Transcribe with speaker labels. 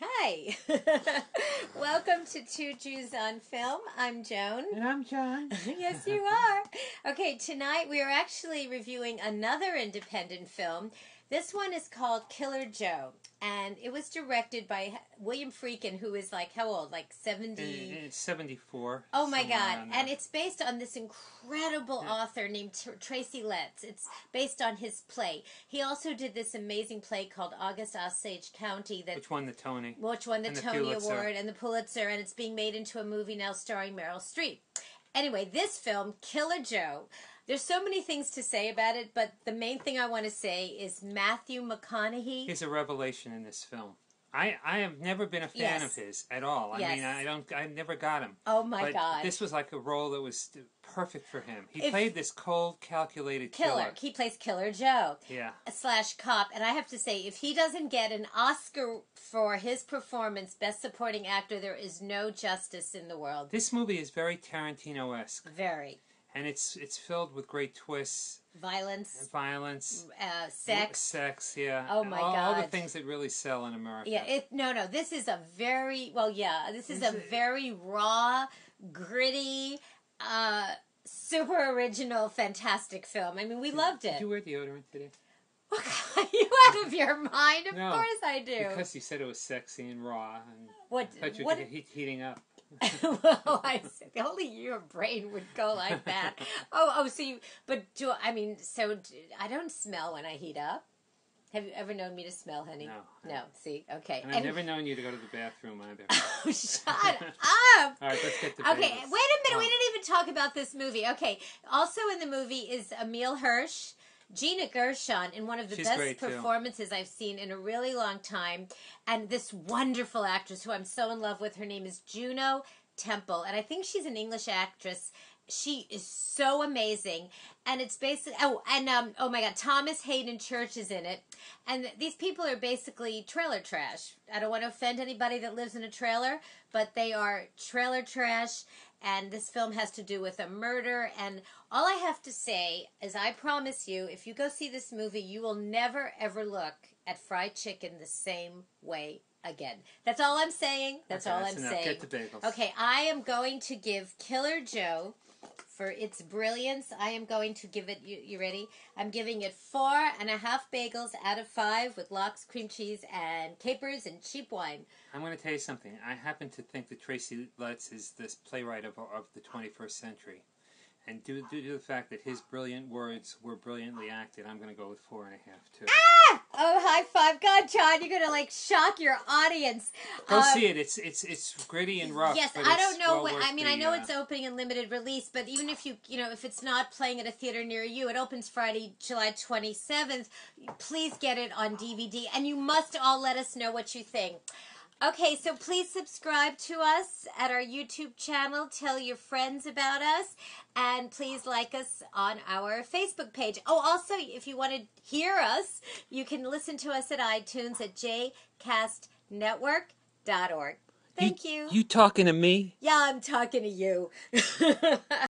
Speaker 1: Hi. Welcome to Two Jews on Film. I'm Joan.
Speaker 2: And I'm John.
Speaker 1: yes, you are. Okay, tonight we are actually reviewing another independent film. This one is called Killer Joe, and it was directed by H- William Freakin, who is like how old? Like
Speaker 2: It-
Speaker 1: seventy.
Speaker 2: It's 74.
Speaker 1: Oh my
Speaker 2: somewhere
Speaker 1: God!
Speaker 2: around
Speaker 1: And
Speaker 2: there.
Speaker 1: it's based on this incredible
Speaker 2: Yeah.
Speaker 1: author named Tr- Tracy Letts. It's based on his play. He also did this amazing play called August Osage County that
Speaker 2: Which won the Tony?
Speaker 1: which won the
Speaker 2: And the
Speaker 1: Tony
Speaker 2: Pulitzer.
Speaker 1: Award and the Pulitzer, and it's being made into a movie now starring Meryl Streep. Anyway, this film, Killer Joe, there's so many things to say about it, but the main thing I want to say is Matthew McConaughey.
Speaker 2: He's a revelation in this film. I, I have never been a fan
Speaker 1: Yes.
Speaker 2: of his at all. I mean,
Speaker 1: Yes.
Speaker 2: I don't. I never got him.
Speaker 1: oh my
Speaker 2: but
Speaker 1: God.
Speaker 2: This was like a role that was perfect for him. He
Speaker 1: If-
Speaker 2: played this cold, calculated
Speaker 1: killer.
Speaker 2: killer.
Speaker 1: He plays Killer Joe
Speaker 2: Yeah.
Speaker 1: slash cop. And I have to say, if he doesn't get an Oscar for his performance, Best Supporting Actor, there is no justice in the world.
Speaker 2: This movie is very Tarantino esque,
Speaker 1: Very.
Speaker 2: and it's it's filled with great twists,
Speaker 1: Violence,
Speaker 2: violence,
Speaker 1: uh, sex,
Speaker 2: sex, yeah.
Speaker 1: Oh
Speaker 2: and
Speaker 1: my
Speaker 2: all, All the
Speaker 1: God.
Speaker 2: things that really sell in America.
Speaker 1: Yeah, it no no, this is a very well yeah, this is a
Speaker 2: Is it-
Speaker 1: very raw, gritty, uh super original fantastic film. I mean, we loved
Speaker 2: Did
Speaker 1: it.
Speaker 2: you wear deodorant today?
Speaker 1: Are you out of your mind? Of
Speaker 2: No,
Speaker 1: course I do.
Speaker 2: Because you said it was sexy and raw, and
Speaker 1: what
Speaker 2: I thought you were
Speaker 1: what
Speaker 2: he- heating up.
Speaker 1: well, I said only your brain would go like that. oh, oh, so you but do I mean, so d- I don't smell when I heat up. Have you ever known me to smell, honey?
Speaker 2: No.
Speaker 1: No, see. Okay.
Speaker 2: And I've never known you to go to the bathroom either.
Speaker 1: Oh, shut up.
Speaker 2: All right, let's get to Oh.
Speaker 1: Okay, wait a
Speaker 2: Vegas.
Speaker 1: minute. We didn't even talk about this movie. Okay, also in the movie is Emil Hirsch, Gina Gershon in one of the
Speaker 2: She's
Speaker 1: best
Speaker 2: great, too.
Speaker 1: performances I've seen in a really long time, and this wonderful actress who I'm so in love with. Her name is Juno Temple, and I think she's an English actress. She is so amazing, and it's basically oh, and um, oh my God, Thomas Hayden Church is in it, and these people are basically trailer trash. I don't want to offend anybody that lives in a trailer, but they are trailer trash. And this film has to do with a murder. And all I have to say is, I promise you, if you go see this movie, you will never ever look at fried chicken the same way again. That's all I'm saying. That's
Speaker 2: Okay,
Speaker 1: all I'm
Speaker 2: enough.
Speaker 1: saying.
Speaker 2: Get to bagels.
Speaker 1: Okay, I am going to give Killer Joe for its brilliance. I am going to give it. You, you ready? I'm giving it four and a half bagels out of five with lox, cream cheese, and capers and cheap wine.
Speaker 2: I'm going to tell you something. I happen to think that Tracy Letts is this playwright of, of the 21st century. And due, due to the fact that his brilliant words were brilliantly acted, I'm going to go with four and a half, too.
Speaker 1: Oh, high five! God, John, you're gonna like shock your audience.
Speaker 2: Go
Speaker 1: Um,
Speaker 2: see it. It's it's it's gritty and rough.
Speaker 1: Yes,
Speaker 2: but
Speaker 1: I
Speaker 2: it's
Speaker 1: don't know.
Speaker 2: well
Speaker 1: what,
Speaker 2: worth
Speaker 1: I mean,
Speaker 2: the,
Speaker 1: I know
Speaker 2: uh,
Speaker 1: it's opening and limited release, but even if you, you know, if it's not playing at a theater near you, it opens Friday, July 27th. Please get it on DVD, and you must all let us know what you think. Okay, so please subscribe to us at our YouTube channel. Tell your friends about us, and please like us on our Facebook page. Oh, also, if you want to hear us, you can listen to us at iTunes at jcastnetwork.org. Thank you.
Speaker 2: You talking to me?
Speaker 1: Yeah, I'm talking to you.